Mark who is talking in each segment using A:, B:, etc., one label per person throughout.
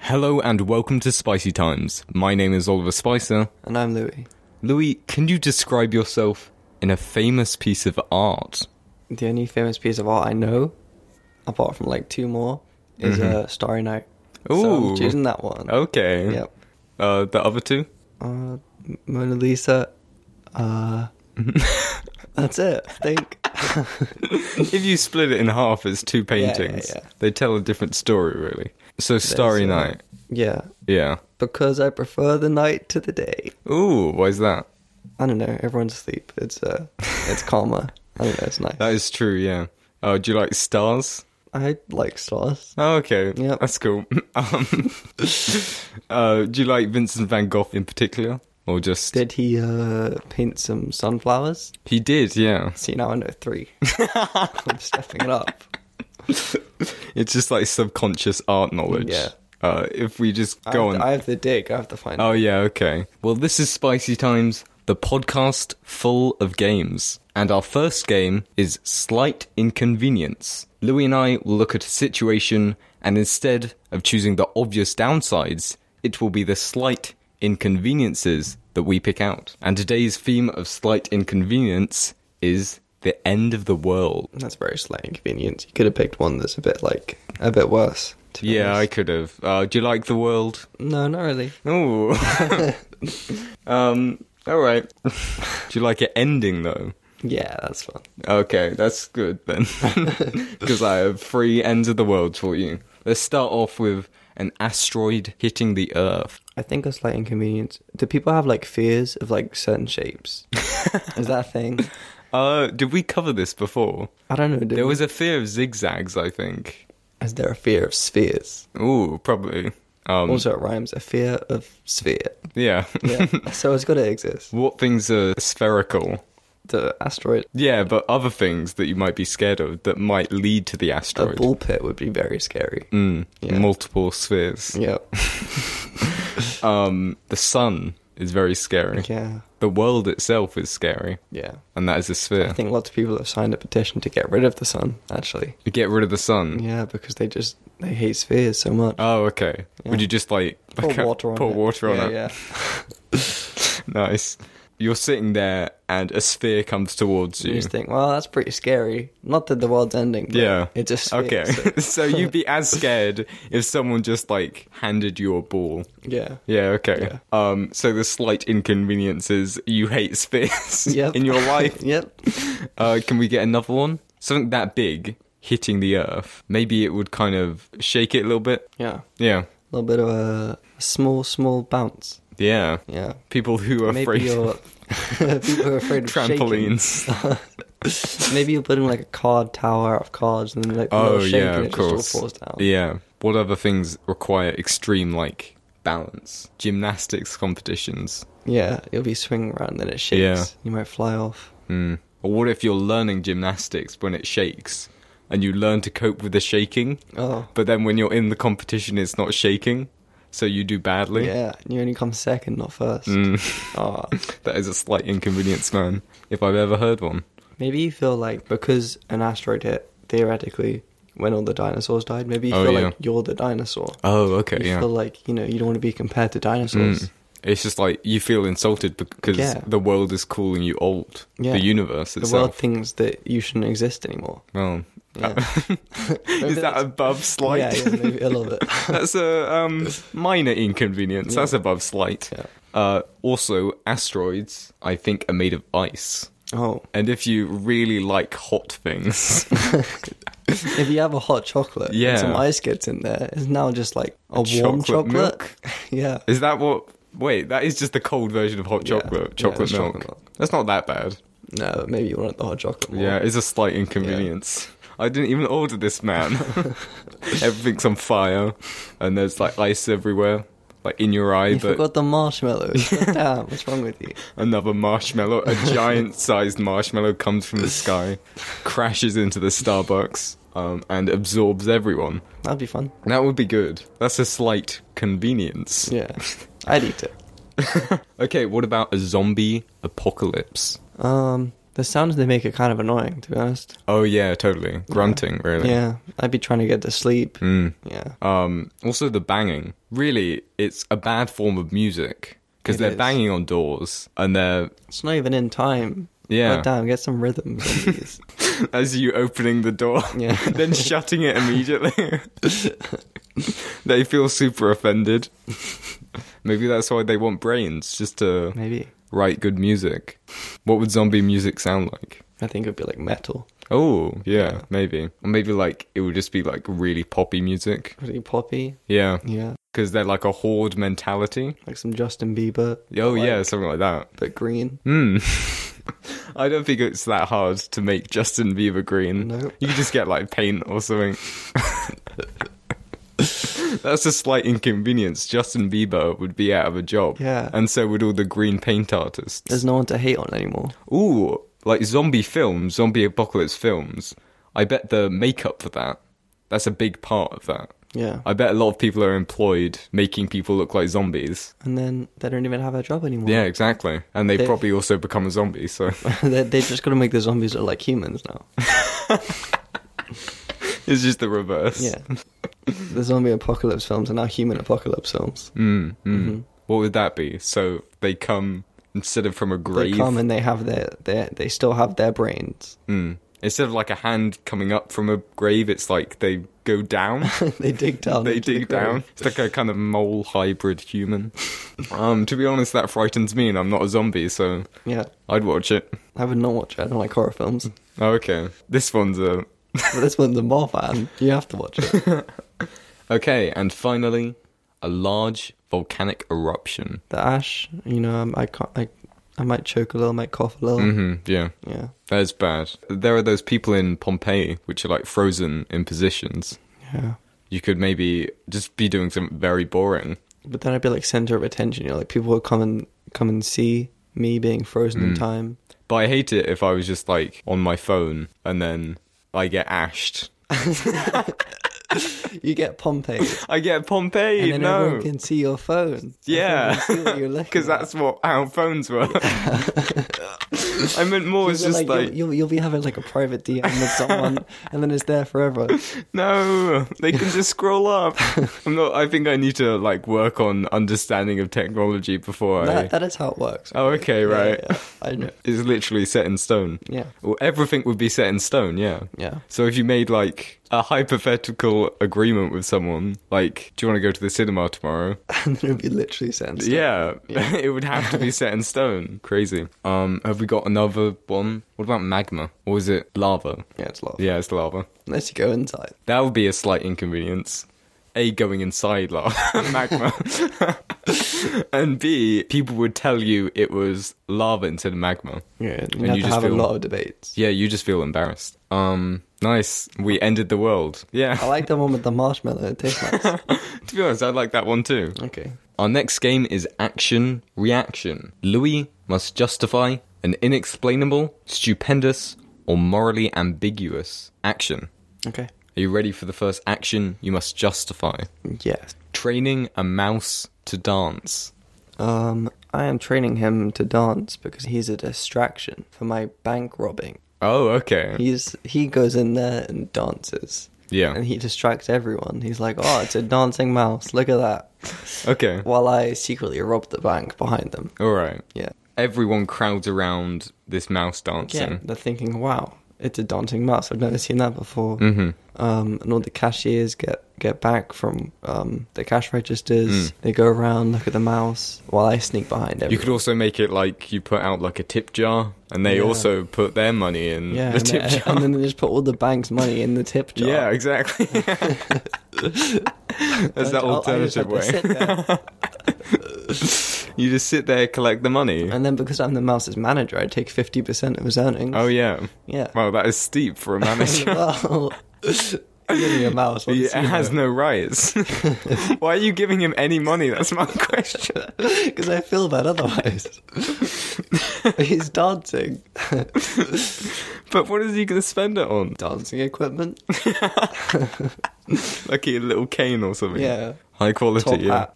A: Hello and welcome to Spicy Times. My name is Oliver Spicer.
B: And I'm Louis.
A: Louis, can you describe yourself in a famous piece of art?
B: The only famous piece of art I know, apart from like two more, is uh, Starry Night. So
A: Mm-hmm. Ooh. Oh,
B: I'm choosing that one.
A: Okay.
B: Yep.
A: Uh, the other two?
B: Uh, M- Mona Lisa. Uh,
A: Mm-hmm.
B: that's it. I think.
A: if you split it in half as two
B: yeah,
A: paintings,
B: yeah.
A: they tell a different story, really. So, Starry
B: uh,
A: Night.
B: yeah.
A: Yeah.
B: Because I prefer the night to the day.
A: Ooh, why is that?
B: I don't know. Everyone's asleep. It's uh, it's calmer. I think that's nice.
A: That is true, yeah. Oh, do you like stars?
B: I like stars.
A: Oh, okay.
B: Yep.
A: That's cool. um, uh, do you like Vincent van Gogh in particular? Or just.
B: Did he uh paint some sunflowers?
A: He did, yeah.
B: See now I know three. I'm stepping it up.
A: It's just like subconscious art knowledge.
B: Yeah.
A: Uh, if we just
B: I
A: go
B: have
A: on.
B: to- I have the dig. I have to find.
A: Oh, yeah, okay. Well, this is Spicy Times, the podcast full of games. And our first game is Slight Inconvenience. Louis and I will look at a situation, and instead of choosing the obvious downsides, it will be the slight inconveniences that we pick out. And today's theme of slight inconvenience is the end of the world.
B: That's very slight inconvenience. You could have picked one that's a bit like a bit worse. to be
A: Yeah, I
B: honest.
A: could have. Uh, do you like the world?
B: no, not really.
A: Oh. um. All right. Do you like it ending though?
B: Yeah, that's fun.
A: Okay, that's good then. Because I have three ends of the world for you. Let's start off with an asteroid hitting the Earth.
B: I think a slight inconvenience. Do people have like fears of like certain shapes? Is that a thing?
A: Uh, did we cover this before?
B: I don't know. Do
A: There
B: we-
A: was a fear of zigzags, I think.
B: Is there a fear of spheres?
A: Ooh, probably. Um,
B: Also, it rhymes. A fear of sphere.
A: yeah.
B: Yeah. so it's got to exist.
A: what things are spherical?
B: The asteroid,
A: Yeah, but other things that you might be scared of that might lead to the
B: a
A: asteroid.
B: ball pit would be very scary.
A: Mm,
B: Yeah.
A: Multiple spheres.
B: Yeah.
A: Um, the sun is very scary.
B: Yeah.
A: The world itself is scary,
B: Yeah.
A: and that is a
B: I
A: sphere.
B: think lots of people have signed a petition to get rid of the sun. Actually.
A: You get rid of the sun.
B: Yeah, because they just they hate spheres so much.
A: Oh, okay. Would
B: Yeah.
A: you just like
B: Pour
A: like, uh,
B: water on
A: pour
B: it.
A: water on
B: yeah,
A: it?
B: Yeah,
A: Nice. You're sitting there, and a sphere comes towards
B: You
A: you.
B: just think, well, that's pretty scary. Not that the world's ending. But
A: Yeah.
B: It just
A: okay. so you'd be as scared if someone just like handed you a ball.
B: yeah.
A: Yeah, okay. Um so the slight inconvenience is you hate spheres
B: Yep.
A: in your life.
B: yep.
A: Uh, can we get another one? Something that big hitting the earth. Maybe it would kind of shake it a little bit.
B: Yeah.
A: Yeah.
B: A little bit of a small, small bounce.
A: Yeah.
B: Yeah.
A: People who are
B: Maybe
A: afraid
B: you're people are afraid of shaking.
A: trampolines.
B: Maybe you're putting like a card tower out of cards and then like a
A: oh
B: little shaking
A: yeah,
B: it
A: of
B: just all
A: course.
B: falls down.
A: Yeah. What other things require extreme like balance? Gymnastics competitions.
B: Yeah, You'll be swinging around, then it shakes.
A: Yeah.
B: You might fly off.
A: Mm. Or what if you're learning gymnastics when it shakes and you learn to cope with the shaking,
B: Oh.
A: but then when you're in the competition it's not shaking, so you do badly?
B: Yeah. and You only come second, not first.
A: Mm.
B: Oh.
A: That is a slight inconvenience, man, if I've ever heard one.
B: Maybe you feel like because an asteroid hit, theoretically, when all the dinosaurs died, maybe you
A: Oh,
B: feel
A: yeah.
B: like you're the dinosaur.
A: Oh, okay,
B: you
A: yeah.
B: feel like, you know, you don't want to be compared to dinosaurs.
A: Mm. It's just like you feel insulted because
B: Yeah.
A: the world is calling you old.
B: Yeah.
A: The universe
B: The world
A: itself.
B: thinks that you shouldn't exist anymore.
A: Well,
B: Yeah.
A: is that
B: that's-
A: above slight?
B: Yeah, yeah, maybe a little bit.
A: That's a um, minor inconvenience.
B: Yeah.
A: That's above slight.
B: Yeah.
A: Uh, also, asteroids, I think, are made of ice.
B: Oh,
A: And if you really like hot things,
B: if you have a hot chocolate
A: Yeah.
B: and some ice gets in there, it's now just like a warm
A: Chocolate
B: chocolate.
A: milk?
B: yeah.
A: is that what? Wait, that is just the cold version of hot
B: Yeah.
A: chocolate,
B: Yeah,
A: chocolate,
B: it's
A: milk.
B: chocolate milk.
A: That's not that bad.
B: No, but maybe you want the hot chocolate more.
A: Yeah, it's a slight inconvenience. I didn't even order this, man. Everything's on fire, and there's like ice everywhere, like in your eye.
B: You
A: but
B: forgot the marshmallows. Damn, what's wrong with you?
A: another marshmallow, a giant-sized marshmallow, comes from the sky, crashes into the Starbucks, um, and absorbs everyone.
B: That'd be fun.
A: That would be good. That's a slight convenience.
B: Yeah. I'd eat it.
A: Okay, what about a zombie apocalypse?
B: Um, The sounds they make are kind of annoying, to be honest.
A: Oh yeah, totally. Grunting, really.
B: Yeah, I'd be trying to get to sleep.
A: Mm.
B: Yeah.
A: Um, also, the banging. Really, it's a bad form of music because
B: It
A: they're
B: is.
A: banging on doors and they're
B: It's not even in time.
A: yeah.
B: God damn, get some rhythm. some of these.
A: As you opening the door,
B: Yeah.
A: then shutting it immediately, they feel super offended. Maybe that's why they want brains, just to
B: Maybe.
A: write good music. What would zombie music sound like?
B: I think it would be like metal.
A: Oh, yeah, maybe. Or maybe like it would just be like really poppy music.
B: Pretty poppy.
A: Yeah,
B: Yeah.
A: because they're like a horde mentality.
B: Like some Justin Bieber.
A: Oh, yeah,
B: like,
A: something like that.
B: But green.
A: Hmm. I don't think it's that hard to make Justin Bieber green.
B: Nope.
A: You can just get like paint or something. That's a slight inconvenience. Justin Bieber would be out of a job.
B: Yeah.
A: And so would all the green paint artists.
B: There's no one to hate on anymore.
A: Ooh, like zombie films, zombie apocalypse films. I bet the makeup for that. That's a big part of that.
B: Yeah.
A: I bet a lot of people are employed making people look like zombies.
B: And then they don't even have a job anymore.
A: Yeah, exactly. And they
B: They-
A: probably also become a zombie, so
B: they they just got to make the zombies look like humans now.
A: it's just the reverse.
B: Yeah. the zombie apocalypse films are now human apocalypse films.
A: Mm, mm. What would that be? So they come instead of from a grave.
B: They come and they have their, their they still have their brains.
A: Mm. Instead of like a hand coming up from a grave, it's like they go down.
B: they dig down.
A: they
B: into the
A: dig
B: grave.
A: down. It's like a kind of mole hybrid human. um, to be honest, that frightens me, and I'm not a zombie, so
B: Yeah.
A: I'd watch it.
B: I would not watch it. I don't like horror films.
A: Oh, okay, this one's a
B: but this one's a more fan. You have to watch it.
A: okay. And finally, a large volcanic eruption.
B: The Ash, you know, I'm, I can't, I, I might choke a little, might cough a little.
A: hmm yeah.
B: Yeah.
A: That is bad. There are those people in Pompeii which are like frozen in positions.
B: Yeah.
A: You could maybe just be doing something very boring.
B: But then I'd be like center of attention, you know, like people would come and come and see me being frozen
A: Mm.
B: in time.
A: But I hate it if I was just like on my phone and then I get ashed.
B: You get Pompeii,
A: I get Pompeii,
B: and then
A: no.
B: everyone can see your phone.
A: Yeah.
B: Everyone can see what you're looking
A: Because
B: at.
A: that's what our phones were. I meant more it's
B: You're
A: just
B: you'll-
A: like,
B: you'll, you'll, be having like a private DM with someone, and then it's there forever.
A: no, they can just scroll up. I'm not I think I need to like work on understanding of technology before I
B: That, that is how it works.
A: Oh okay,
B: Yeah,
A: right.
B: yeah, I know.
A: It's literally set in stone.
B: Yeah.
A: Well, everything would be set in stone, yeah.
B: Yeah.
A: So if you made like a hypothetical agreement with someone, like, do you want to go to the cinema tomorrow?
B: And then it'd be literally sense.
A: Yeah, it would have to be set in stone. Crazy. Um, have we got another one? What about magma? Or is it lava?
B: Yeah, it's love.
A: Yeah, it's lava.
B: Unless you go inside.
A: That would be a slight inconvenience. A, going inside lava, magma. and B, people would tell you it was lava instead of magma.
B: Yeah, you
A: you
B: have to
A: just
B: have a
A: feel-
B: lot of debates.
A: Yeah, you just feel embarrassed. Um, nice. We ended the world.
B: I
A: Yeah.
B: like the one with the marshmallow. It tastes nice.
A: to be honest, I like that one too.
B: okay.
A: Our next game is Action Reaction. Louis must justify an inexplainable, stupendous, or morally ambiguous action.
B: Okay.
A: Are you ready for the first action you must justify?
B: Yes.
A: Training a mouse to dance.
B: Um, I am training him to dance because he's a distraction for my bank robbing.
A: Oh, okay.
B: He's he goes in there and dances.
A: Yeah.
B: And he distracts everyone. He's like, "Oh, it's a dancing mouse. Look at that."
A: Okay.
B: While I secretly rob the bank behind them.
A: All right.
B: Yeah.
A: Everyone crowds around this mouse
B: Yeah.
A: dancing.
B: They're thinking, "Wow, it's a dancing mouse. I've never seen that before."
A: Mhm.
B: Um, and all the cashiers get get back from um, the cash registers. They go around, look at the mouse, while I sneak behind everyone.
A: Mm. You could also make it like you put out like a tip jar and they
B: Yeah.
A: also put their money in
B: yeah,
A: the
B: and,
A: tip
B: then,
A: jar.
B: and then they just put all the bank's money in the tip jar.
A: Yeah, exactly. That's that
B: I'll- I just
A: alternative
B: have to
A: way.
B: sit there.
A: You just sit there, collect the money.
B: and then because I'm the mouse's manager, I take 50% of his earnings.
A: Oh yeah.
B: yeah.
A: Wow, that is steep for a manager.
B: well, giving a mouse.
A: He
B: Because
A: has no rights. Why are you giving him any money? That's my question.
B: I feel bad otherwise. He's dancing.
A: But what is he going to spend it on?
B: dancing equipment.
A: Like a little cane or something.
B: Yeah.
A: High quality.
B: Top
A: uh, yeah.
B: hat.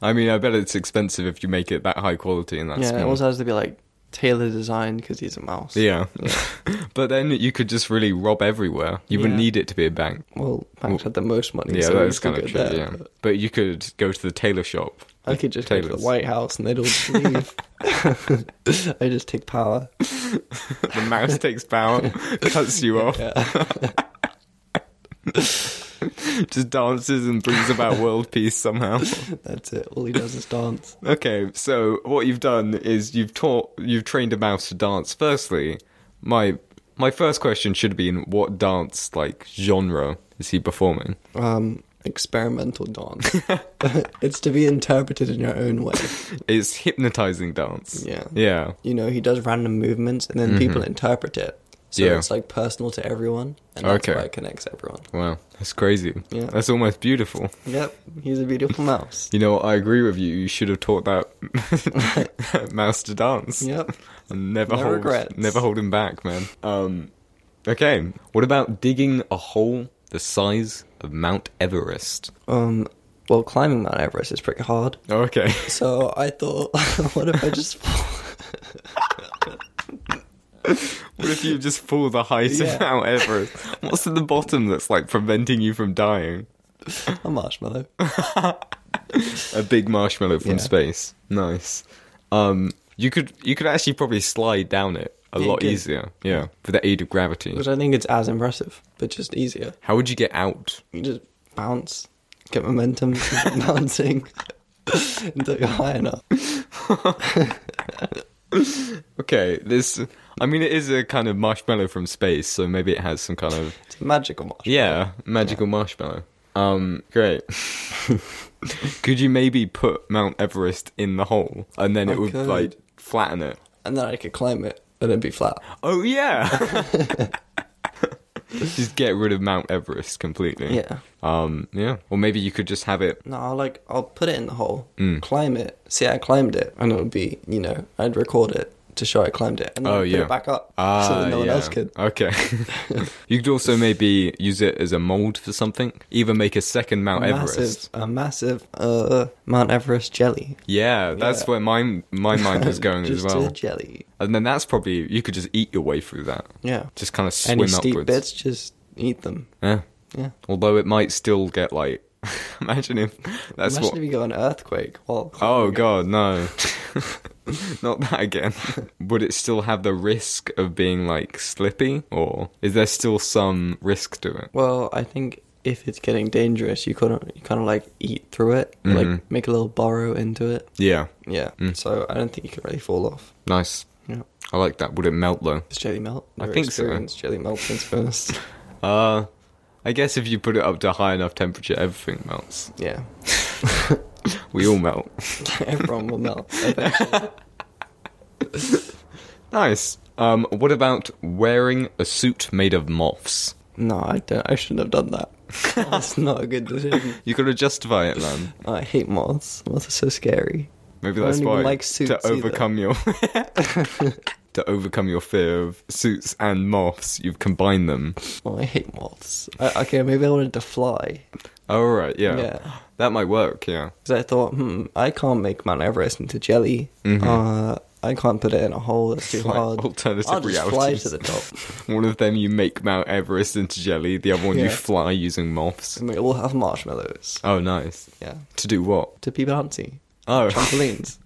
A: I mean, I bet it's expensive if you make it that high quality and that
B: Yeah,
A: small.
B: it also has to be like tailor designed because he's a mouse.
A: Yeah. but then you could just really rob everywhere. You wouldn't
B: Yeah.
A: need it to be a bank.
B: Well, Banks had the most money.
A: Yeah,
B: so
A: that
B: we
A: is
B: could
A: kind of
B: go
A: true.
B: there.
A: Yeah. But you could go to the tailor shop.
B: I could just go to
A: Tailors.
B: the White House and they'd all just leave. I just take power.
A: The mouse takes power, cuts you off. just dances and brings about world peace somehow.
B: That's it. All he does is dance.
A: Okay, so what you've done is you've taught you've trained a mouse to dance. Firstly, my my first question should be in what dance like genre is he performing?
B: Um, experimental dance. it's to be interpreted in your own way.
A: It's hypnotizing dance.
B: Yeah.
A: Yeah.
B: You know, he does random movements and then people interpret it. So
A: Mm-hmm. Yeah.
B: it's like personal to everyone, and that's
A: Okay.
B: why it connects everyone.
A: Wow, that's crazy.
B: Yeah.
A: That's almost beautiful.
B: Yep, he's a beautiful mouse.
A: You know, what, I agree with you. You should have taught that mouse to dance.
B: Yep.
A: And never
B: No
A: hold
B: regrets.
A: never hold him back, man. Um Okay. What about digging a hole the size of Mount Everest?
B: Um, well, climbing Mount Everest is pretty hard.
A: Okay.
B: So I thought, what if I just fall?
A: What if you just fall the height
B: Yeah.
A: of Mount Everest? What's at the bottom that's like preventing you from dying?
B: a marshmallow?
A: A big marshmallow from
B: Yeah.
A: space. Nice. Um, you could you could actually probably slide down it a
B: Yeah, you
A: lot
B: could.
A: easier. Yeah, with the aid of gravity.
B: Which I think it's as impressive, but just easier.
A: How would you get out?
B: You just bounce, get momentum, keep bouncing until you're high enough.
A: Okay, this. I mean, it is a kind of marshmallow from space, so maybe it has some kind of
B: It's a magical marshmallow.
A: yeah magical marshmallow. Um, great. could you maybe put Mount Everest in the hole and then it
B: I
A: would
B: could.
A: like flatten it?
B: And then I could climb it and it'd be flat.
A: Oh yeah. just get rid of Mount Everest completely.
B: Yeah.
A: Um. Yeah. Or maybe you could just have it.
B: No, I'll like I'll put it in the hole,
A: Mm.
B: climb it, see I climbed it, and it would be, you know, I'd record it to show I climbed it and then
A: Oh,
B: I'd put
A: yeah.
B: it back up
A: Ah,
B: so that no one
A: yeah.
B: else could.
A: Okay. you could also maybe use it as a mold for something. Even make a second Mount Oh, Everest.
B: Massive, a massive uh, Mount Everest jelly.
A: Yeah, that's
B: Yeah.
A: where my my mind was going as
B: Just
A: well.
B: a jelly.
A: and then that's probably you could just eat your way through that.
B: Yeah.
A: Just kind of swim
B: Any
A: upwards.
B: steep bits, just eat them.
A: Yeah.
B: Yeah.
A: Although it might still get like. imagine if that's
B: Imagine
A: what.
B: if you got an earthquake. Well,
A: Oh god, no. Not that again. Would it still have the risk of being like slippy or is there still some risk to it?
B: well, I think if it's getting dangerous, you kind of you kind of like eat through it,
A: Mm-hmm.
B: like make a little burrow into it.
A: Yeah.
B: Yeah.
A: Mm.
B: So I don't think you can really fall off.
A: Nice.
B: Yeah.
A: I like that. Would it melt though?
B: Does jelly melt?
A: I think so.
B: so. Jelly melts things first.
A: Uh I guess if you put it up to high enough temperature everything melts.
B: yeah.
A: We all melt.
B: Everyone will melt. eventually.
A: nice. Um what about wearing a suit made of moths?
B: no, I don't. I shouldn't have done that. That's not a good decision.
A: You gotta justify it, man.
B: I hate moths. Moths are so scary.
A: Maybe
B: I
A: that's
B: don't even
A: why
B: like suits
A: to
B: either.
A: overcome your to overcome your fear of suits and moths, you've combined them.
B: Oh, I hate moths. I, okay, maybe I wanted to fly
A: Oh right, yeah.
B: Yeah.
A: That might work, yeah.
B: because I thought, hmm, I can't make Mount Everest into jelly.
A: Mm-hmm.
B: Uh, I can't put it in a hole. That's too
A: Like
B: hard.
A: alternative
B: I'll just fly
A: realities.
B: to the top.
A: One of them you make Mount Everest into jelly, the other one you
B: Yeah.
A: fly using moths.
B: and we all have marshmallows.
A: Oh nice.
B: Yeah,
A: To do what?
B: to be bouncy
A: Oh
B: trampolines.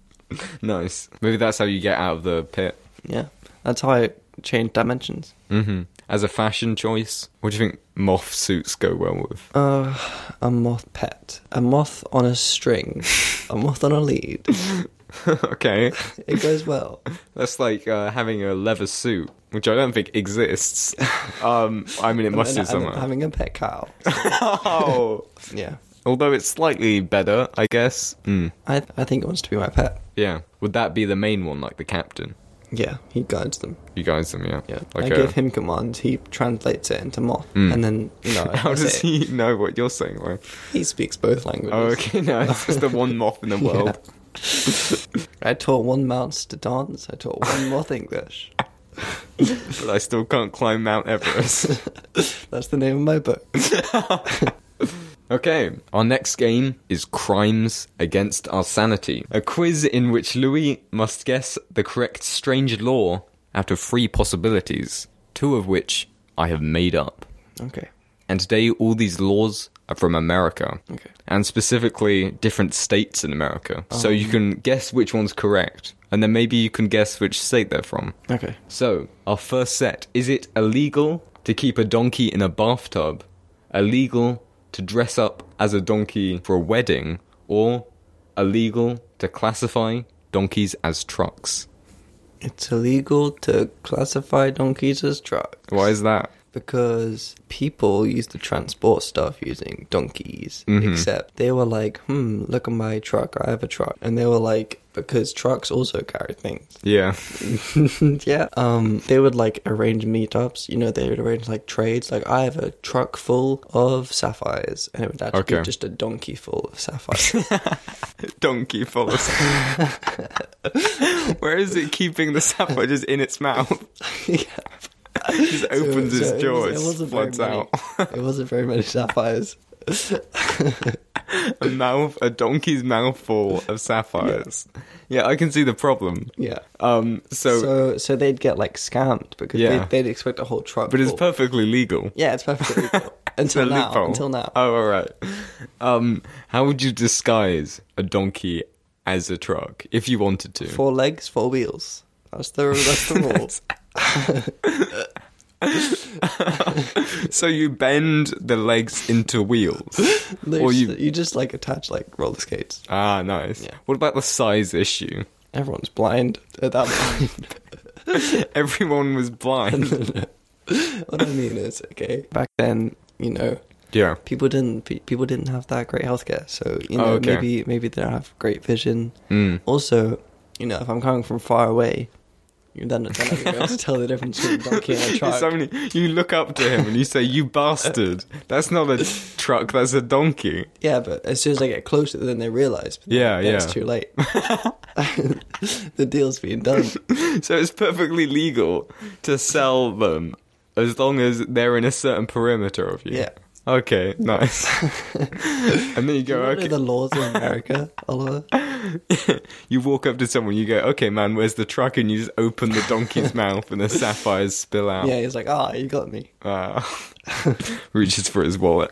A: nice. Maybe that's how you get out of the pit.
B: yeah, that's how I change dimensions.
A: hmm As a fashion choice, what do you think moth suits go well with?
B: Uh, a moth pet, a moth on a string, a moth on a lead.
A: okay.
B: It goes well.
A: That's like uh, having a leather suit, which I don't think exists. Um, I mean, it must do
B: And then
A: somewhere.
B: having a pet cow.
A: oh,
B: Yeah,
A: although it's slightly better, I guess. Mm,
B: I I think it wants to be my pet.
A: yeah, would that be the main one, like the captain?
B: Yeah, he guides them.
A: You guys, them, yeah.
B: Yeah,
A: Like
B: I
A: a- Hmm.
B: give him commands. He translates it into moth, and then you know,
A: How
B: that's
A: does
B: it.
A: he know what you're saying? Like,
B: He speaks both languages.
A: oh, okay, no, it's just the one moth in the world.
B: I taught one mouse to dance. I taught one moth English.
A: But I still can't climb Mount Everest.
B: That's the name of my book.
A: Okay, our next game is Crimes Against Our Sanity, a quiz in which Louis must guess the correct strange law out of three possibilities, two of which I have made up.
B: Okay.
A: And today, all these laws are from America,
B: Okay.
A: and specifically different states in America. So you can guess which one's correct, and then maybe you can guess which state they're from.
B: Okay.
A: So, our first set is it illegal to keep a donkey in a bathtub, illegal to dress up as a donkey for a wedding, or illegal to classify donkeys as trucks?
B: It's illegal to classify donkeys as trucks.
A: Why is that?
B: Because people used to transport stuff using donkeys,
A: Mm-hmm.
B: except they were like, hmm, look at my truck, I have a truck. And they were like, because trucks also carry things.
A: Yeah.
B: yeah. Um, they would like arrange meetups. You know, they would arrange like trades. Like, I have a truck full of sapphires, and it would actually
A: Okay.
B: be just a donkey full of sapphires.
A: donkey full of Where is it keeping the sapphire just in its mouth?
B: yeah.
A: Just opens
B: So-
A: its
B: so it
A: jaws,
B: was- it wasn't very
A: floods
B: many-
A: out.
B: it wasn't very many sapphires.
A: A mouth, a donkey's mouthful of sapphires. Yeah, I can see the problem.
B: Yeah.
A: Um, so
B: So so they'd get like scammed because
A: Yeah.
B: they'd, they'd expect a whole truck.
A: but it's
B: full.
A: perfectly legal.
B: yeah, it's perfectly legal.
A: It's a
B: until now.
A: loophole.
B: Until now.
A: Oh, all right. Um, how would you disguise a donkey as a truck if you wanted to?
B: Four legs, four wheels. That's the that's the rule.
A: So you bend the legs into wheels.
B: There's-
A: Or
B: you,
A: you-
B: just like attach like roller skates.
A: ah, nice.
B: Yeah.
A: What about the size issue?
B: Everyone's blind at that point.
A: Everyone was blind.
B: what I mean is, okay, back then, you know,
A: yeah.
B: people didn't pe- people didn't have that great healthcare, so you know
A: Oh, okay.
B: maybe maybe they don't have great vision.
A: Mm.
B: Also, you know, if I'm coming from far away, you're then then I'm gonna be able to tell the difference between a donkey and a
A: It's
B: truck.
A: only- you look up to him and you say, "You bastard! That's not a truck. That's a donkey."
B: Yeah, but as soon as I get closer, then they realize. but
A: Yeah,
B: then It's
A: yeah.
B: too late. the deal's being done.
A: So it's perfectly legal to sell them as long as they're in a certain perimeter of you.
B: Yeah.
A: Okay, nice. and then you
B: Do you
A: go,
B: not know
A: okay. Oh.
B: the laws of America, Oliver?
A: you walk up to someone, you go, okay, man, where's the truck? And you just open the donkey's mouth and the sapphires spill out.
B: Yeah, he's like, ah, you got me.
A: Uh, reaches for his wallet.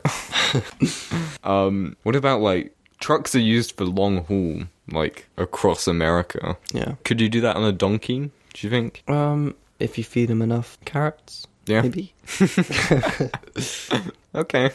A: um, what about like trucks are used for long haul, like across America?
B: Yeah.
A: Could you do that on a donkey? Do you think?
B: Um, if you feed him enough carrots,
A: Yeah.
B: maybe.
A: Okay.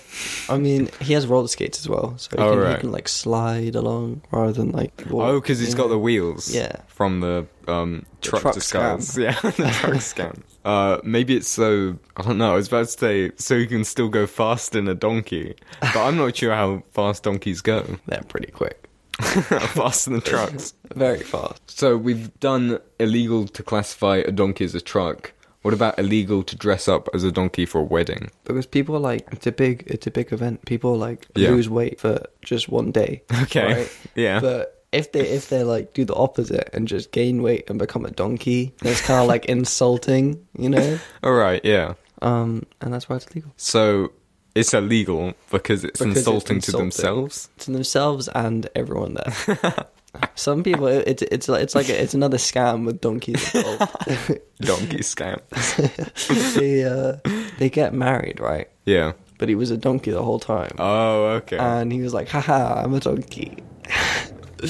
B: I mean, he has roller skates as well, so he,
A: Oh,
B: can, he
A: right.
B: can like slide along rather than like. walk,
A: Oh, because he's
B: you
A: got the
B: know?
A: wheels.
B: Yeah.
A: From the um, truck,
B: truck
A: disguise. Yeah, the truck scam. Uh, maybe it's so. I don't know. I was about to say so you can still go fast in a donkey, but I'm not sure how fast donkeys go.
B: They're pretty quick,
A: Faster than trucks.
B: very fast.
A: So we've done illegal to classify a donkey as a truck. What about illegal to dress up as a donkey for a wedding?
B: Because people like it's a big, it's a big event. People like
A: Yeah.
B: lose weight for just one day.
A: Okay.
B: right?
A: Yeah.
B: But if they if they like do the opposite and just gain weight and become a donkey, that's kind of like insulting, you know.
A: All right. Yeah.
B: Um, and that's why it's illegal
A: So it's illegal because it's,
B: Because it's
A: insulting, to
B: insulting.
A: themselves.
B: to themselves and everyone there. Some people, it- it's it's like it's like a, it's another scam with donkeys involved.
A: Donkey scam.
B: they uh, they get married, right?
A: Yeah.
B: But he was a donkey the whole time,
A: Oh, okay.
B: and he was like, "Haha, I'm a donkey."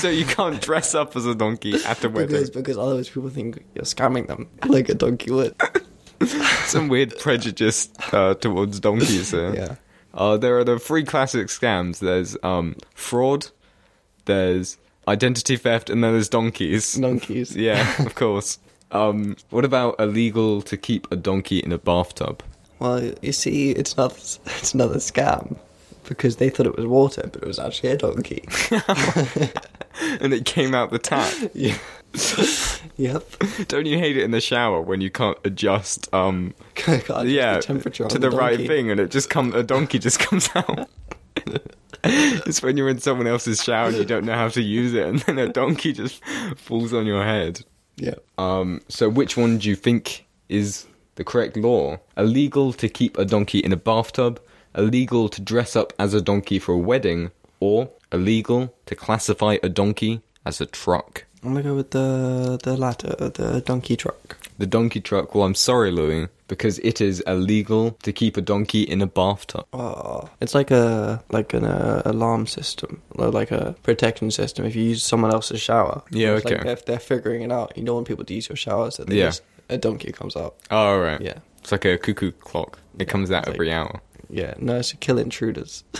A: so you can't dress up as a donkey at a
B: Because
A: wedding.
B: because otherwise people think you're scamming them like a donkey would.
A: Some weird prejudice uh, towards donkeys here.
B: Yeah.
A: Uh, there are the three classic scams. There's um, fraud, there's identity theft, and then there's donkeys.
B: Donkeys.
A: Yeah, of course. Um, what about illegal to keep a donkey in a bathtub?
B: Well, you see, it's not it's another scam because they thought it was water, but it was actually a donkey.
A: And it came out the tap.
B: yeah. yep.
A: Don't you hate it in the shower when you can't adjust um,
B: God, just the
A: yeah,
B: temperature on
A: to the, right
B: donkey.
A: thing, and it just come a donkey just comes out. it's when you're in someone else's shower and you don't know how to use it, and then a donkey just falls on your head.
B: Yep.
A: Um, so which one do you think is the correct law? Illegal to keep a donkey in a bathtub, illegal to dress up as a donkey for a wedding, or illegal to classify a donkey as a truck.
B: I'm gonna go with the the latter, the donkey truck.
A: The donkey truck, well, I'm sorry, Louis, because it is illegal to keep a donkey in a bathtub.
B: Oh, it's like a like an uh, alarm system, or like a protection system. If you use someone else's shower,
A: Yeah,
B: It's
A: okay.
B: Like if they're figuring it out, you don't want people to use your shower, so they
A: Yeah.
B: just, a donkey comes out.
A: Oh, right.
B: Yeah.
A: It's like a cuckoo clock. It comes out
B: it's like-
A: every hour.
B: Yeah, no, it's to kill intruders.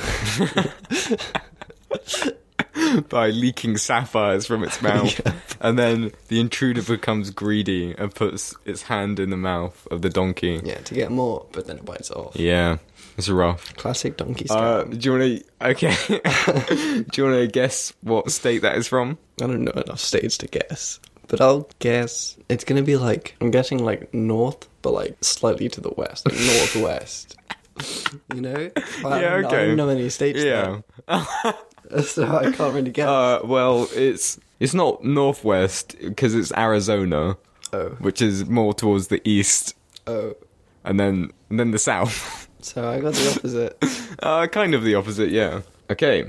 A: by leaking sapphires from its mouth. And then the intruder becomes greedy and puts its hand in the mouth of the donkey.
B: yeah, to get more, but then it bites off. Ah,
A: Yeah, it's rough.
B: Classic donkey
A: Uh, do
B: scam.
A: you want to? Okay. do you want to guess what state that is from?
B: I don't know enough states to guess, but I'll guess it's gonna be like I'm guessing like north, but like slightly to the west, like northwest. You know? I,
A: Yeah,
B: I
A: okay.
B: don't know any states.
A: Yeah.
B: there, so I can't really guess.
A: Uh, well, it's it's not northwest because it's Arizona,
B: oh,
A: which is more towards the east,
B: oh.
A: and then and then the south.
B: So I got the opposite.
A: Uh, kind of the opposite, yeah. Okay,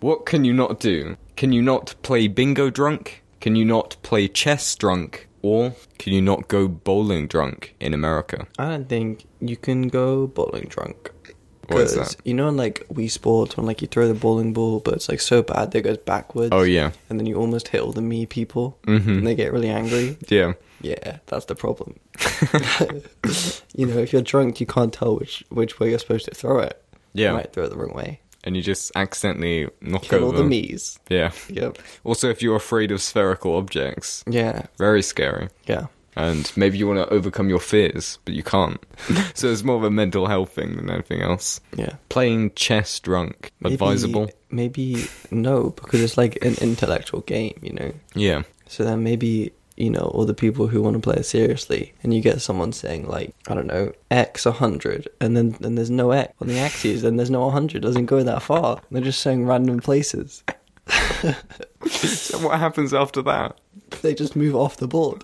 A: what can you not do? Can you not play bingo drunk? Can you not play chess drunk? Or can you not go bowling drunk in America?
B: I don't think you can go bowling drunk.
A: Why is
B: Because
A: that?
B: you know, in like Wii Sports, when like you throw the bowling ball, but it's like so bad that it goes backwards.
A: Oh, yeah.
B: and then you almost hit all the me people, mm-hmm. and they get really angry.
A: Yeah.
B: Yeah, that's the problem. you know, if you're drunk, you can't tell which which way you're supposed to throw it.
A: Yeah.
B: you might throw it the wrong way.
A: And you just accidentally knock
B: Kill all
A: over.
B: the me's.
A: Yeah.
B: Yep.
A: Also, if you're afraid of spherical objects,
B: Yeah.
A: very scary.
B: Yeah.
A: And maybe you want to overcome your fears, but you can't. so it's more of a mental health thing than anything else.
B: Yeah.
A: Playing chess drunk,
B: Maybe-
A: advisable?
B: Maybe no, because it's like an intellectual game. You know.
A: Yeah.
B: So then maybe, you know, all the people who want to play it seriously, and you get someone saying, like, I don't know, X 100, and then then there's no X on the axes, and there's no 100, doesn't go that far. They're just saying random places.
A: So what happens after that?
B: They just move off the board.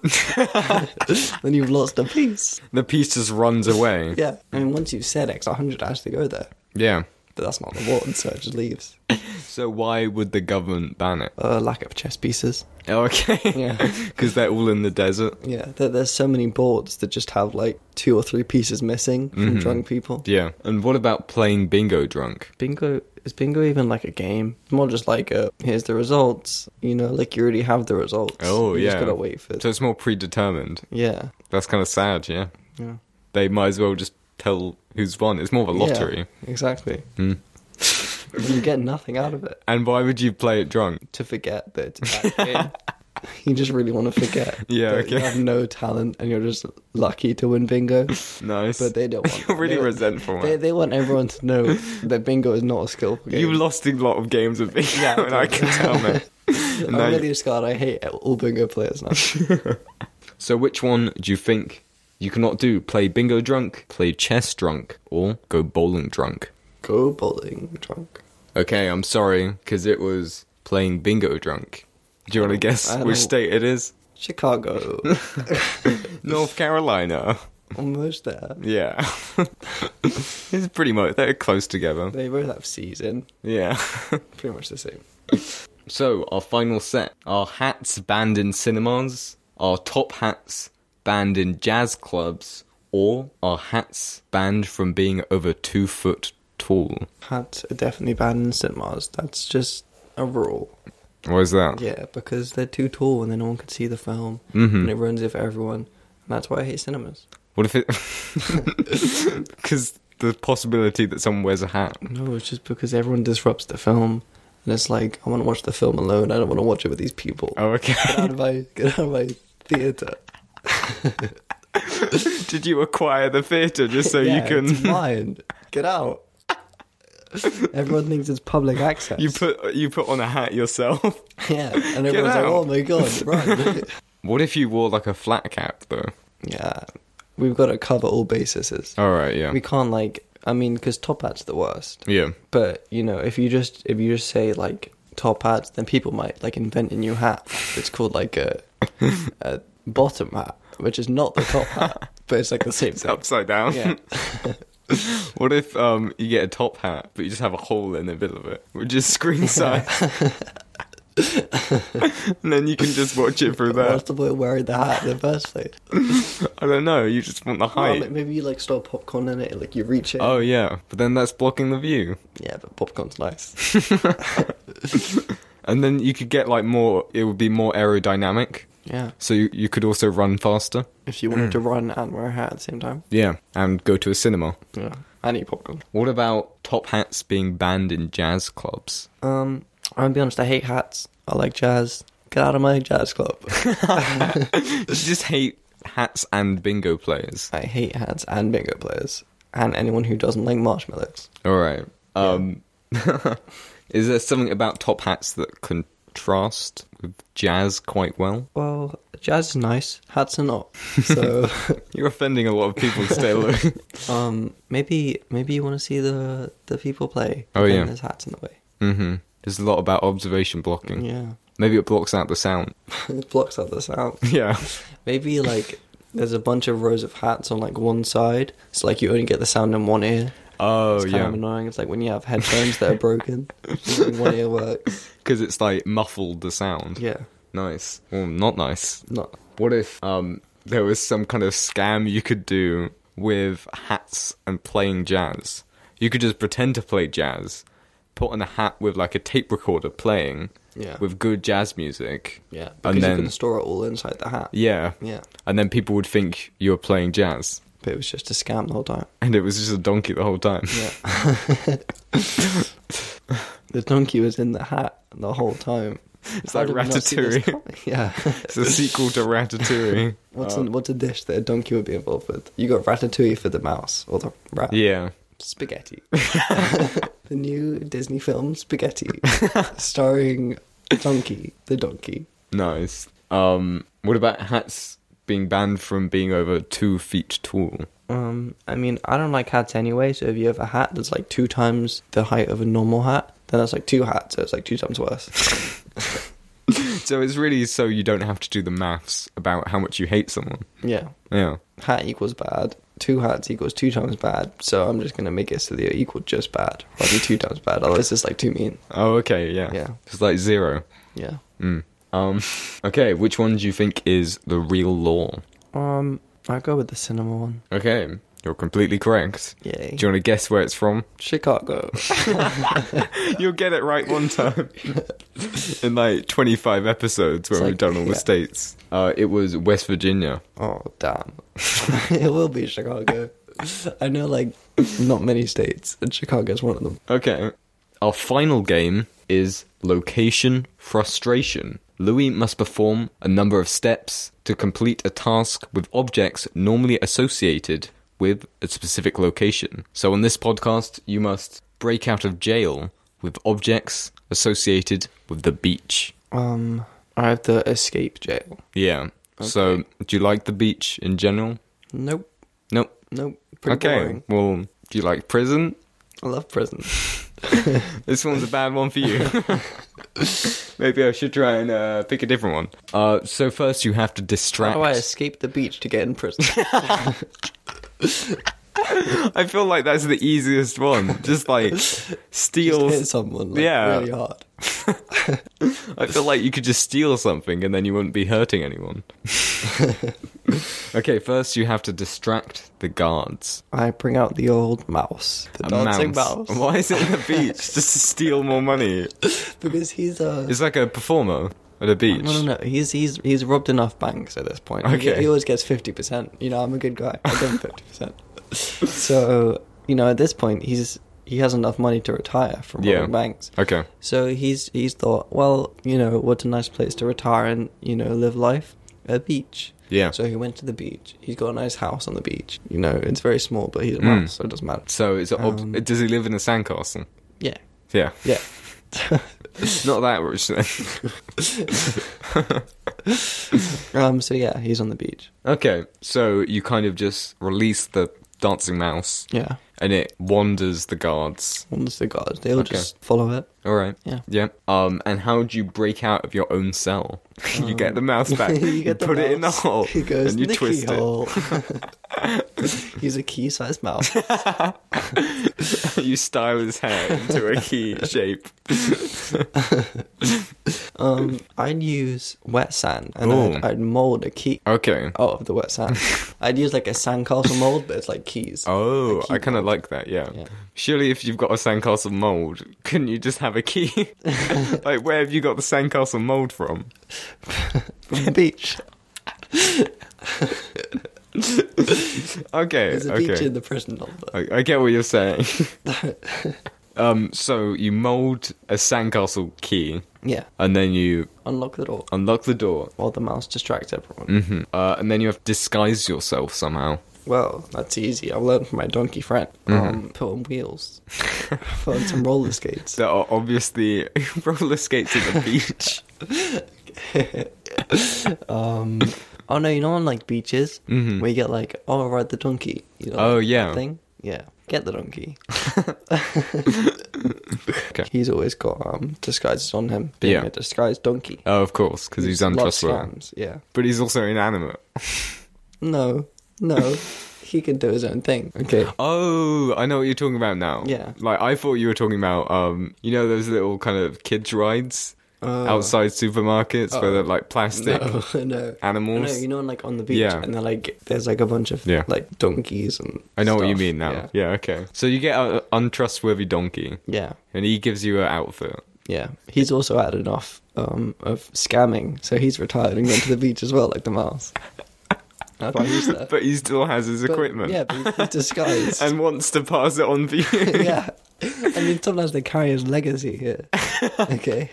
B: then you've lost a piece.
A: The piece just runs away.
B: Yeah. I mean, once you've said X 100, it has to go there.
A: Yeah.
B: But that's not the board, so it just leaves.
A: So why would the government ban it?
B: Uh, lack of chess pieces.
A: Okay.
B: Yeah.
A: Because they're all in the desert.
B: Yeah, there, there's so many boards that just have like two or three pieces missing from drunk people.
A: Yeah. And what about playing bingo drunk?
B: Bingo is bingo even like a game? It's more just like a here's the results. You know, like you already have the results.
A: Oh,
B: you
A: yeah.
B: just gotta wait for.
A: So it's more predetermined.
B: yeah,
A: That's kind of sad, yeah.
B: yeah.
A: They might as well just tell who's won. It's more of a lottery.
B: Yeah, exactly. you get nothing out of it
A: And why would you play it drunk?
B: to forget that. It's a bad game. you just really want to forget.
A: Yeah,
B: that You
A: okay.
B: have no talent, and you're just lucky to win bingo.
A: Nice.
B: But they don't. Want
A: You're really
B: they,
A: resentful.
B: They,
A: man.
B: they want everyone to know that bingo is not a skillful game.
A: You've lost a lot of games of bingo,
B: Yeah,
A: and I can tell, man.
B: I'm
A: no.
B: really scarred. I hate all bingo players now.
A: So which one do you think you cannot do? Play bingo drunk, play chess drunk, or go bowling drunk?
B: Go bowling drunk.
A: Okay, I'm sorry, because it was playing bingo drunk. Do you want to guess
B: I don't-
A: which state it is?
B: Chicago.
A: North Carolina.
B: Almost there.
A: Yeah. it's pretty much, they're close together.
B: They both have season.
A: Yeah.
B: Pretty much the same.
A: so, our final set our hats banned in cinemas, our top hats banned in jazz clubs, or our hats banned from being over two foot tall.
B: Hats are definitely banned in cinemas. That's just a rule.
A: Why is that?
B: Yeah, because they're too tall and then no one could see the film. Mm-hmm. And it ruins it for everyone. And that's why I hate cinemas.
A: What if it. Because the possibility that someone wears a hat.
B: No, it's just because everyone disrupts the film. And it's like, I want to watch the film alone. I don't want to watch it with these people.
A: Oh, okay.
B: Get out of my, get out of my theatre.
A: Did you acquire the theatre just so
B: Yeah,
A: you can?
B: It's mine. Get out. Everyone thinks it's public access.
A: You put you put on a hat yourself.
B: Yeah, and everyone's
A: out.
B: like, "Oh my god, run!"
A: What if you wore like a flat cap though?
B: yeah, we've got to cover all bases.
A: All right, yeah,
B: We can't like, I mean, because top hat's the worst.
A: yeah,
B: But you know, if you just if you just say like top hats, then people might like invent a new hat. It's called like a, a bottom hat, which is not the top hat, but it's like the same
A: it's
B: thing.
A: upside down.
B: Yeah,
A: What if um, you get a top hat, but you just have a hole in the middle of it, which is screen size? and then you can just watch it through there.
B: What's the point of wearing the hat in the first place?
A: I don't know. You just want the
B: Well,
A: height.
B: like, maybe you like store popcorn in it, like you reach it.
A: Oh yeah, but then that's blocking the view.
B: Yeah, but popcorn's nice.
A: And then you could get like more. It would be more aerodynamic,
B: Yeah.
A: so you, you could also run faster.
B: If you wanted to run and wear a hat at the same time.
A: Yeah, and go to a cinema.
B: Yeah. And eat popcorn.
A: What about top hats being banned in jazz clubs?
B: Um, I'm gonna be honest, I hate hats. I like jazz. Get out of my jazz club.
A: you just hate hats and bingo players.
B: I hate hats and bingo players. And anyone who doesn't like marshmallows.
A: All right. Um, is there something about top hats that contrast with jazz quite well?
B: Well, jazz is nice, hats are not. So
A: You're offending a lot of people today, Lou.
B: um maybe maybe you wanna see the the people play.
A: Oh,
B: but then
A: yeah.
B: There's hats in the way.
A: mm-hmm. There's a lot about observation blocking.
B: Yeah.
A: Maybe it blocks out the sound.
B: it blocks out the sound.
A: Yeah.
B: Maybe like there's a bunch of rows of hats on like one side. It's like you only get the sound in one ear.
A: Oh
B: It's kind of
A: yeah,
B: annoying. It's like when you have headphones that are broken. Only one ear works.
A: because it's like muffled the sound.
B: Yeah.
A: Nice. Well, not nice.
B: Not
A: What if um there was some kind of scam you could do with hats and playing jazz? You could just pretend to play jazz, put on a hat with like a tape recorder playing
B: Yeah.
A: with good jazz music.
B: yeah.
A: And
B: Because you
A: then
B: can store it all inside the hat.
A: yeah.
B: Yeah.
A: And then people would think you were playing jazz
B: But it was just a scam the whole time.
A: and it was just a donkey the whole time.
B: Yeah. the donkey was in the hat the whole time. It's
A: like Ratatouille.
B: Yeah.
A: It's a sequel to Ratatouille.
B: What's a, what's a dish that a donkey would be involved with? You got ratatouille for the mouse or the rat.
A: yeah.
B: Spaghetti. the new Disney film Spaghetti, starring Donkey the Donkey.
A: Nice. Um what about hats being banned from being over 2 feet tall?
B: Um, I mean, I don't like hats anyway. So if you have a hat that's like two times the height of a normal hat, then that's like two hats. So it's like two times worse.
A: So it's really so you don't have to do the maths about how much you hate someone.
B: yeah,
A: Yeah.
B: hat equals bad. Two hats equals two times bad. So I'm just gonna make it so they equal just bad, rather than two times bad. Otherwise, it's like too mean.
A: Oh, okay. Yeah.
B: Yeah.
A: It's like zero.
B: Yeah.
A: Mm. Um. Okay. Which one do you think is the real law?
B: Um, I go with the cinema one.
A: Okay. You're completely correct.
B: Yay.
A: Do you want to guess where it's from?
B: Chicago.
A: You'll get it right one time. In like 25 episodes when
B: It's
A: we've
B: like-
A: done all the
B: yeah.
A: states. Uh, it was West Virginia.
B: oh damn. it will be Chicago. I know, like, not many states, and Chicago's one of them.
A: Okay. Our final game is location frustration. Louis must perform a number of steps to complete a task with objects normally associated with a specific location. So on this podcast, you must break out of jail with objects associated with the beach.
B: Um, I have to escape jail.
A: Yeah. So, do you like the beach in general?
B: Nope,
A: Nope.
B: nope. Pretty
A: okay.
B: boring.
A: Well, do you like prison?
B: I love prison.
A: This one's a bad one for you. Maybe I should try and uh, pick a different one. Uh, so first, you have to
B: How
A: distract.
B: do I escape the beach to get in prison?
A: I feel like that's the easiest one. Just like steal.
B: Just hit someone. Like,
A: Yeah.
B: really hard.
A: I feel like you could just steal something and then you wouldn't be hurting anyone. okay, first you have to distract the guards.
B: I bring out the old mouse, the
A: A
B: dancing
A: mouse.
B: mouse,
A: Why is it on the beach? just to steal more money.
B: because he's uh,
A: It's like a performer at a beach.
B: no, no, no. He's he's he's robbed enough banks at this point. He-
A: Okay.
B: He, always gets fifty percent. You know, I'm a good guy. I give him fifty percent. So you know, at this point, he's he has enough money to retire from
A: Yeah.
B: robbing banks.
A: Okay.
B: So he's he's thought, well, you know, what's a nice place to retire and you know live life? A beach.
A: Yeah.
B: So he went to the beach. He's got a nice house on the beach. You know, it's very small, but he's a
A: Mm.
B: mouse, so it doesn't matter.
A: So it's a ob-
B: Um,
A: does he live in a sandcastle?
B: Yeah,
A: Yeah.
B: yeah.
A: Not that rich then.
B: Um. So yeah, he's on the beach.
A: Okay, so you kind of just release the dancing mouse,
B: Yeah.
A: and it wanders the guards.
B: Once the guards, they'll
A: Okay.
B: just follow it.
A: All right.
B: Yeah.
A: Yeah. Um. And how do you break out of your own cell? you get the mouse back.
B: Um, you get the
A: put it in the
B: mouse.
A: hole.
B: He goes,
A: and you
B: "Nicky
A: twist
B: hole. He's a key sized mouse.
A: it. you style his hair into a key shape.
B: Um, I'd use wet sand and I'd,
A: Ooh. Oh.
B: I'd mold a key
A: Okay.
B: out of the wet sand. I'd use like a sandcastle mold, but it's like keys.
A: Oh,
B: A key
A: I kind of like that. Yeah.
B: Yeah.
A: Surely, if you've got a sandcastle mold, couldn't you just have a key? like, where have you got the sandcastle mold from?
B: From the beach.
A: Okay.
B: There's a
A: okay.
B: beach in the prison number.
A: I, I get what you're saying. um, so you mold a sandcastle key,
B: Yeah.
A: and then you
B: Unlock the door
A: unlock the door,
B: while the mouse distracts everyone.
A: hmm uh, and then you have to disguise yourself somehow.
B: Well, that's easy. I've learned from my donkey friend.
A: Mm-hmm.
B: Um, put on wheels. put on some roller skates.
A: There are obviously roller skates at the beach.
B: Um, oh no, you know on like beaches
A: Mhm.
B: where you get like, oh, ride the donkey. You know,
A: Oh,
B: like, that
A: yeah.
B: thing. Yeah, get the donkey.
A: Okay.
B: He's always got um, disguises on him. Being
A: Yeah.
B: a disguised donkey.
A: Oh, of course, because he's
B: Loves
A: untrustworthy.
B: scams, Yeah.
A: But he's also inanimate.
B: No, no, he can do his own thing. Okay.
A: Oh, I know what you're talking about now.
B: Yeah.
A: Like I thought you were talking about um you know those little kind of kids rides
B: Uh,
A: outside supermarkets where
B: Oh.
A: they're like plastic
B: No, no.
A: animals.
B: No, you know, like on the beach,
A: Yeah.
B: and they're like, there's like a bunch of
A: Yeah.
B: like donkeys and.
A: I know what you
B: stuff.
A: mean now.
B: Yeah.
A: Yeah. okay. So you get an untrustworthy donkey
B: yeah,
A: and he gives you an outfit.
B: yeah. He's also had enough um, of scamming, so he's retired and went to the beach as well, like the mouse. How do I use that?
A: But he still has his
B: But-
A: equipment
B: Yeah, but he's- he's disguised.
A: and wants to pass it on for you.
B: yeah. I mean, sometimes they carry his legacy here. Okay.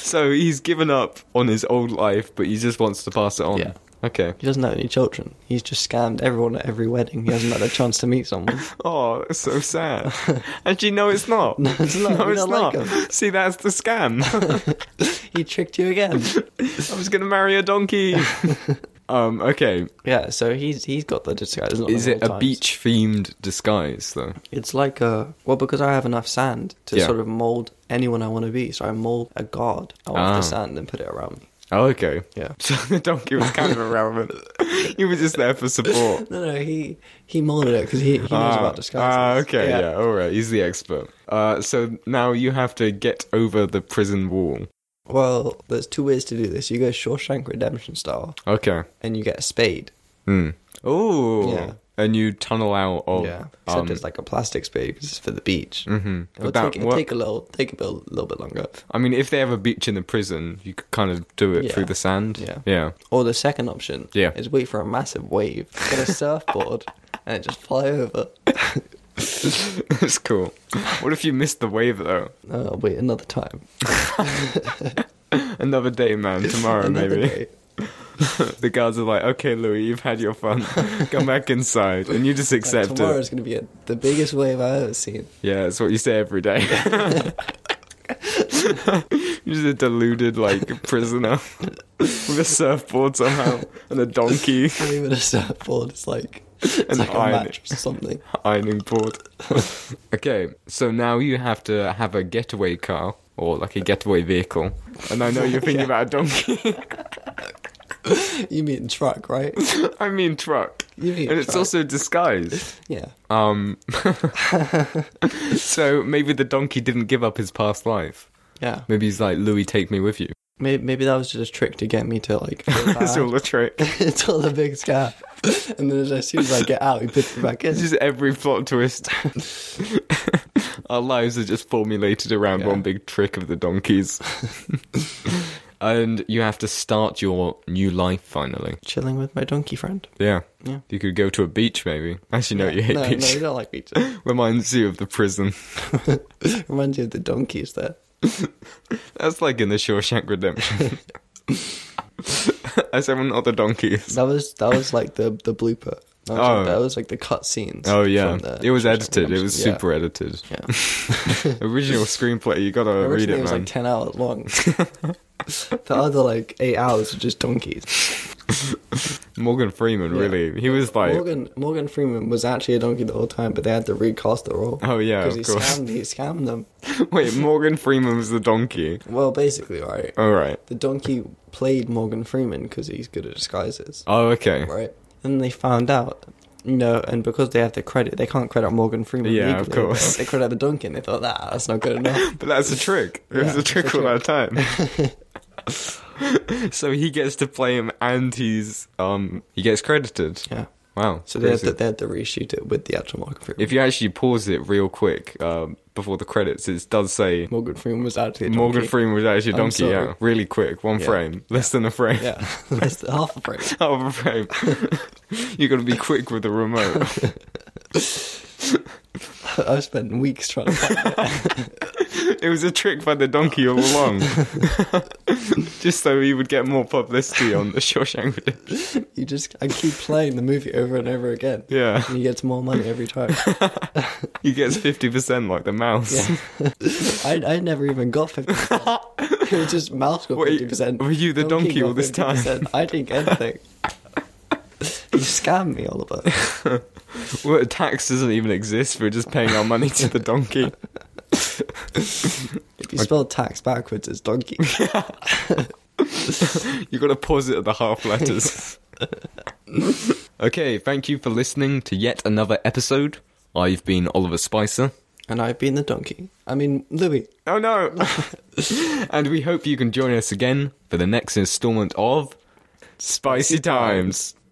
A: so he's given up on his old life but he just wants to pass it on.
B: Yeah.
A: Okay.
B: He doesn't have any children. He's just scammed everyone at every wedding. He hasn't had a chance to meet someone.
A: Oh, it's so sad. Actually, no, it's not.
B: No, it's not.
A: No,
B: We
A: it's
B: don't like
A: not. See, that's the scam.
B: He tricked you again.
A: I was gonna marry a donkey. um, okay.
B: Yeah, so he's he's got the disguise. on
A: Is
B: at
A: it
B: all
A: a
B: times.
A: beach themed disguise though?
B: It's like a well, because I have enough sand to
A: Yeah.
B: sort of mold anyone I want to be. So I mold a god out of
A: Ah.
B: the sand and put it around me.
A: Oh, okay.
B: Yeah.
A: So the donkey was kind of irrelevant. he was just there for support.
B: No, no, he he molded it because he, he knows
A: Ah,
B: about disguises.
A: ah, okay, yeah. all right. He's the expert. Uh, so now you have to get over the prison wall.
B: Well, there's two ways to do this. You go Shawshank Redemption style,
A: Okay.
B: and you get a spade.
A: Hmm. Oh.
B: Yeah.
A: And you tunnel out of.
B: yeah, except
A: um,
B: it's like a plastic spade because it's for the beach.
A: mhm.
B: It'll
A: Would that
B: take, it'll
A: work?
B: take a little, take a bit, little bit longer.
A: I mean, if they have a beach in the prison, you could kind of do it
B: Yeah.
A: through the sand.
B: Yeah.
A: Yeah.
B: Or the second option
A: Yeah.
B: is wait for a massive wave, get a surfboard, and just fly over.
A: That's cool. What if you missed the wave though?
B: Uh, wait another time.
A: Another day, man. Tomorrow,
B: Another
A: maybe.
B: day.
A: the guards are like, "Okay, Louis, you've had your fun. Come back inside," and you just
B: Like,
A: accept it.
B: tomorrow's going to be a, the biggest wave I've ever seen.
A: Yeah, that's what you say every day. You're just a deluded like prisoner with a surfboard somehow and a donkey
B: Not even a surfboard. It's like it's
A: An
B: like a
A: iron.
B: mattress or something.
A: ironing board. okay, so now you have to have a getaway car or like a getaway vehicle, and I know you're thinking about a donkey.
B: You mean truck, right?
A: I mean truck.
B: You mean
A: and it's
B: truck.
A: also disguised.
B: yeah.
A: Um, so maybe the donkey didn't give up his past life.
B: Yeah.
A: Maybe he's like, Louis, take me with you.
B: Maybe, maybe that was just a trick to get me to like. feel
A: That's
B: bad.
A: all a trick.
B: it's all a big scam. And then as soon as I get out, he puts me back in.
A: It's just every plot twist. Our lives are just formulated around
B: Yeah.
A: one big trick of the donkeys. and you have to start your new life finally.
B: Chilling with my donkey friend.
A: Yeah.
B: Yeah.
A: You could go to a beach, maybe. Actually, no, you hate
B: no, No,
A: beach.
B: you don't like beach.
A: Reminds you of the prison.
B: Reminds you of the donkeys there.
A: That's like in the Shawshank Redemption. I said, well, not the donkeys.
B: That was that was like the the blooper. That was,
A: Oh.
B: like, that was like the cut scenes.
A: Oh yeah,
B: from the
A: it was
B: Shawshank
A: edited. It was
B: Redemption. Yeah.
A: super edited.
B: Yeah.
A: Original screenplay. You gotta
B: Originally,
A: read it,
B: was
A: man.
B: like ten hours long. the other like eight hours are just donkeys.
A: Morgan Freeman,
B: Yeah.
A: really. He was like,
B: Morgan Morgan Freeman was actually a donkey the whole time, but they had to recast the role.
A: Oh, yeah, of
B: because he
A: course.
B: scammed he scammed them.
A: wait, Morgan Freeman was the donkey.
B: Well, basically, right.
A: All right.
B: The donkey played Morgan Freeman because he's good at disguises,
A: Oh, okay.
B: right? And they found out. No, and because they have the credit, they can't credit Morgan Freeman.
A: Yeah, of
B: legally, but
A: course.
B: They credit the donkey, and they thought, "Ah, that's not good enough."
A: But that's a trick. It was
B: Yeah,
A: a trick
B: it's a
A: all that time. so he gets to play him, and he's um he gets credited.
B: Yeah.
A: Wow.
B: So they had,
A: crazy.
B: to, they had to reshoot it with the actual Morgan Freeman.
A: If you actually pause it real quick um, before the credits, it does say
B: Morgan Freeman was actually a
A: Morgan
B: donkey.
A: Freeman was actually a
B: I'm
A: donkey.
B: sorry.
A: Yeah, really quick, one
B: Yeah.
A: frame, less than a frame.
B: Yeah, that's the half a break.
A: Half a frame. you got to be quick with the remote.
B: I've spent weeks trying to find it.
A: it was a trick by the donkey all along, just so he would get more publicity on the Shawshank Redemption.
B: You just I keep playing the movie over and over again.
A: Yeah,
B: And he gets more money every time.
A: he gets fifty percent like the mouse.
B: Yeah. I, I never even got 50%. It was just mouse got
A: Wait,
B: 50%.
A: were you the donkey
B: got
A: all this time?
B: 50%. I didn't get anything. you scammed me, Oliver.
A: Well, tax doesn't even exist. We're just paying our money to the donkey.
B: If you spell tax backwards, it's donkey.
A: You got to pause it at the half letters. okay, thank you for listening to yet another episode. I've been Oliver Spicer.
B: and I've been the donkey. I mean, Louis.
A: Oh no! and we hope you can join us again for the next installment of Spicy Times.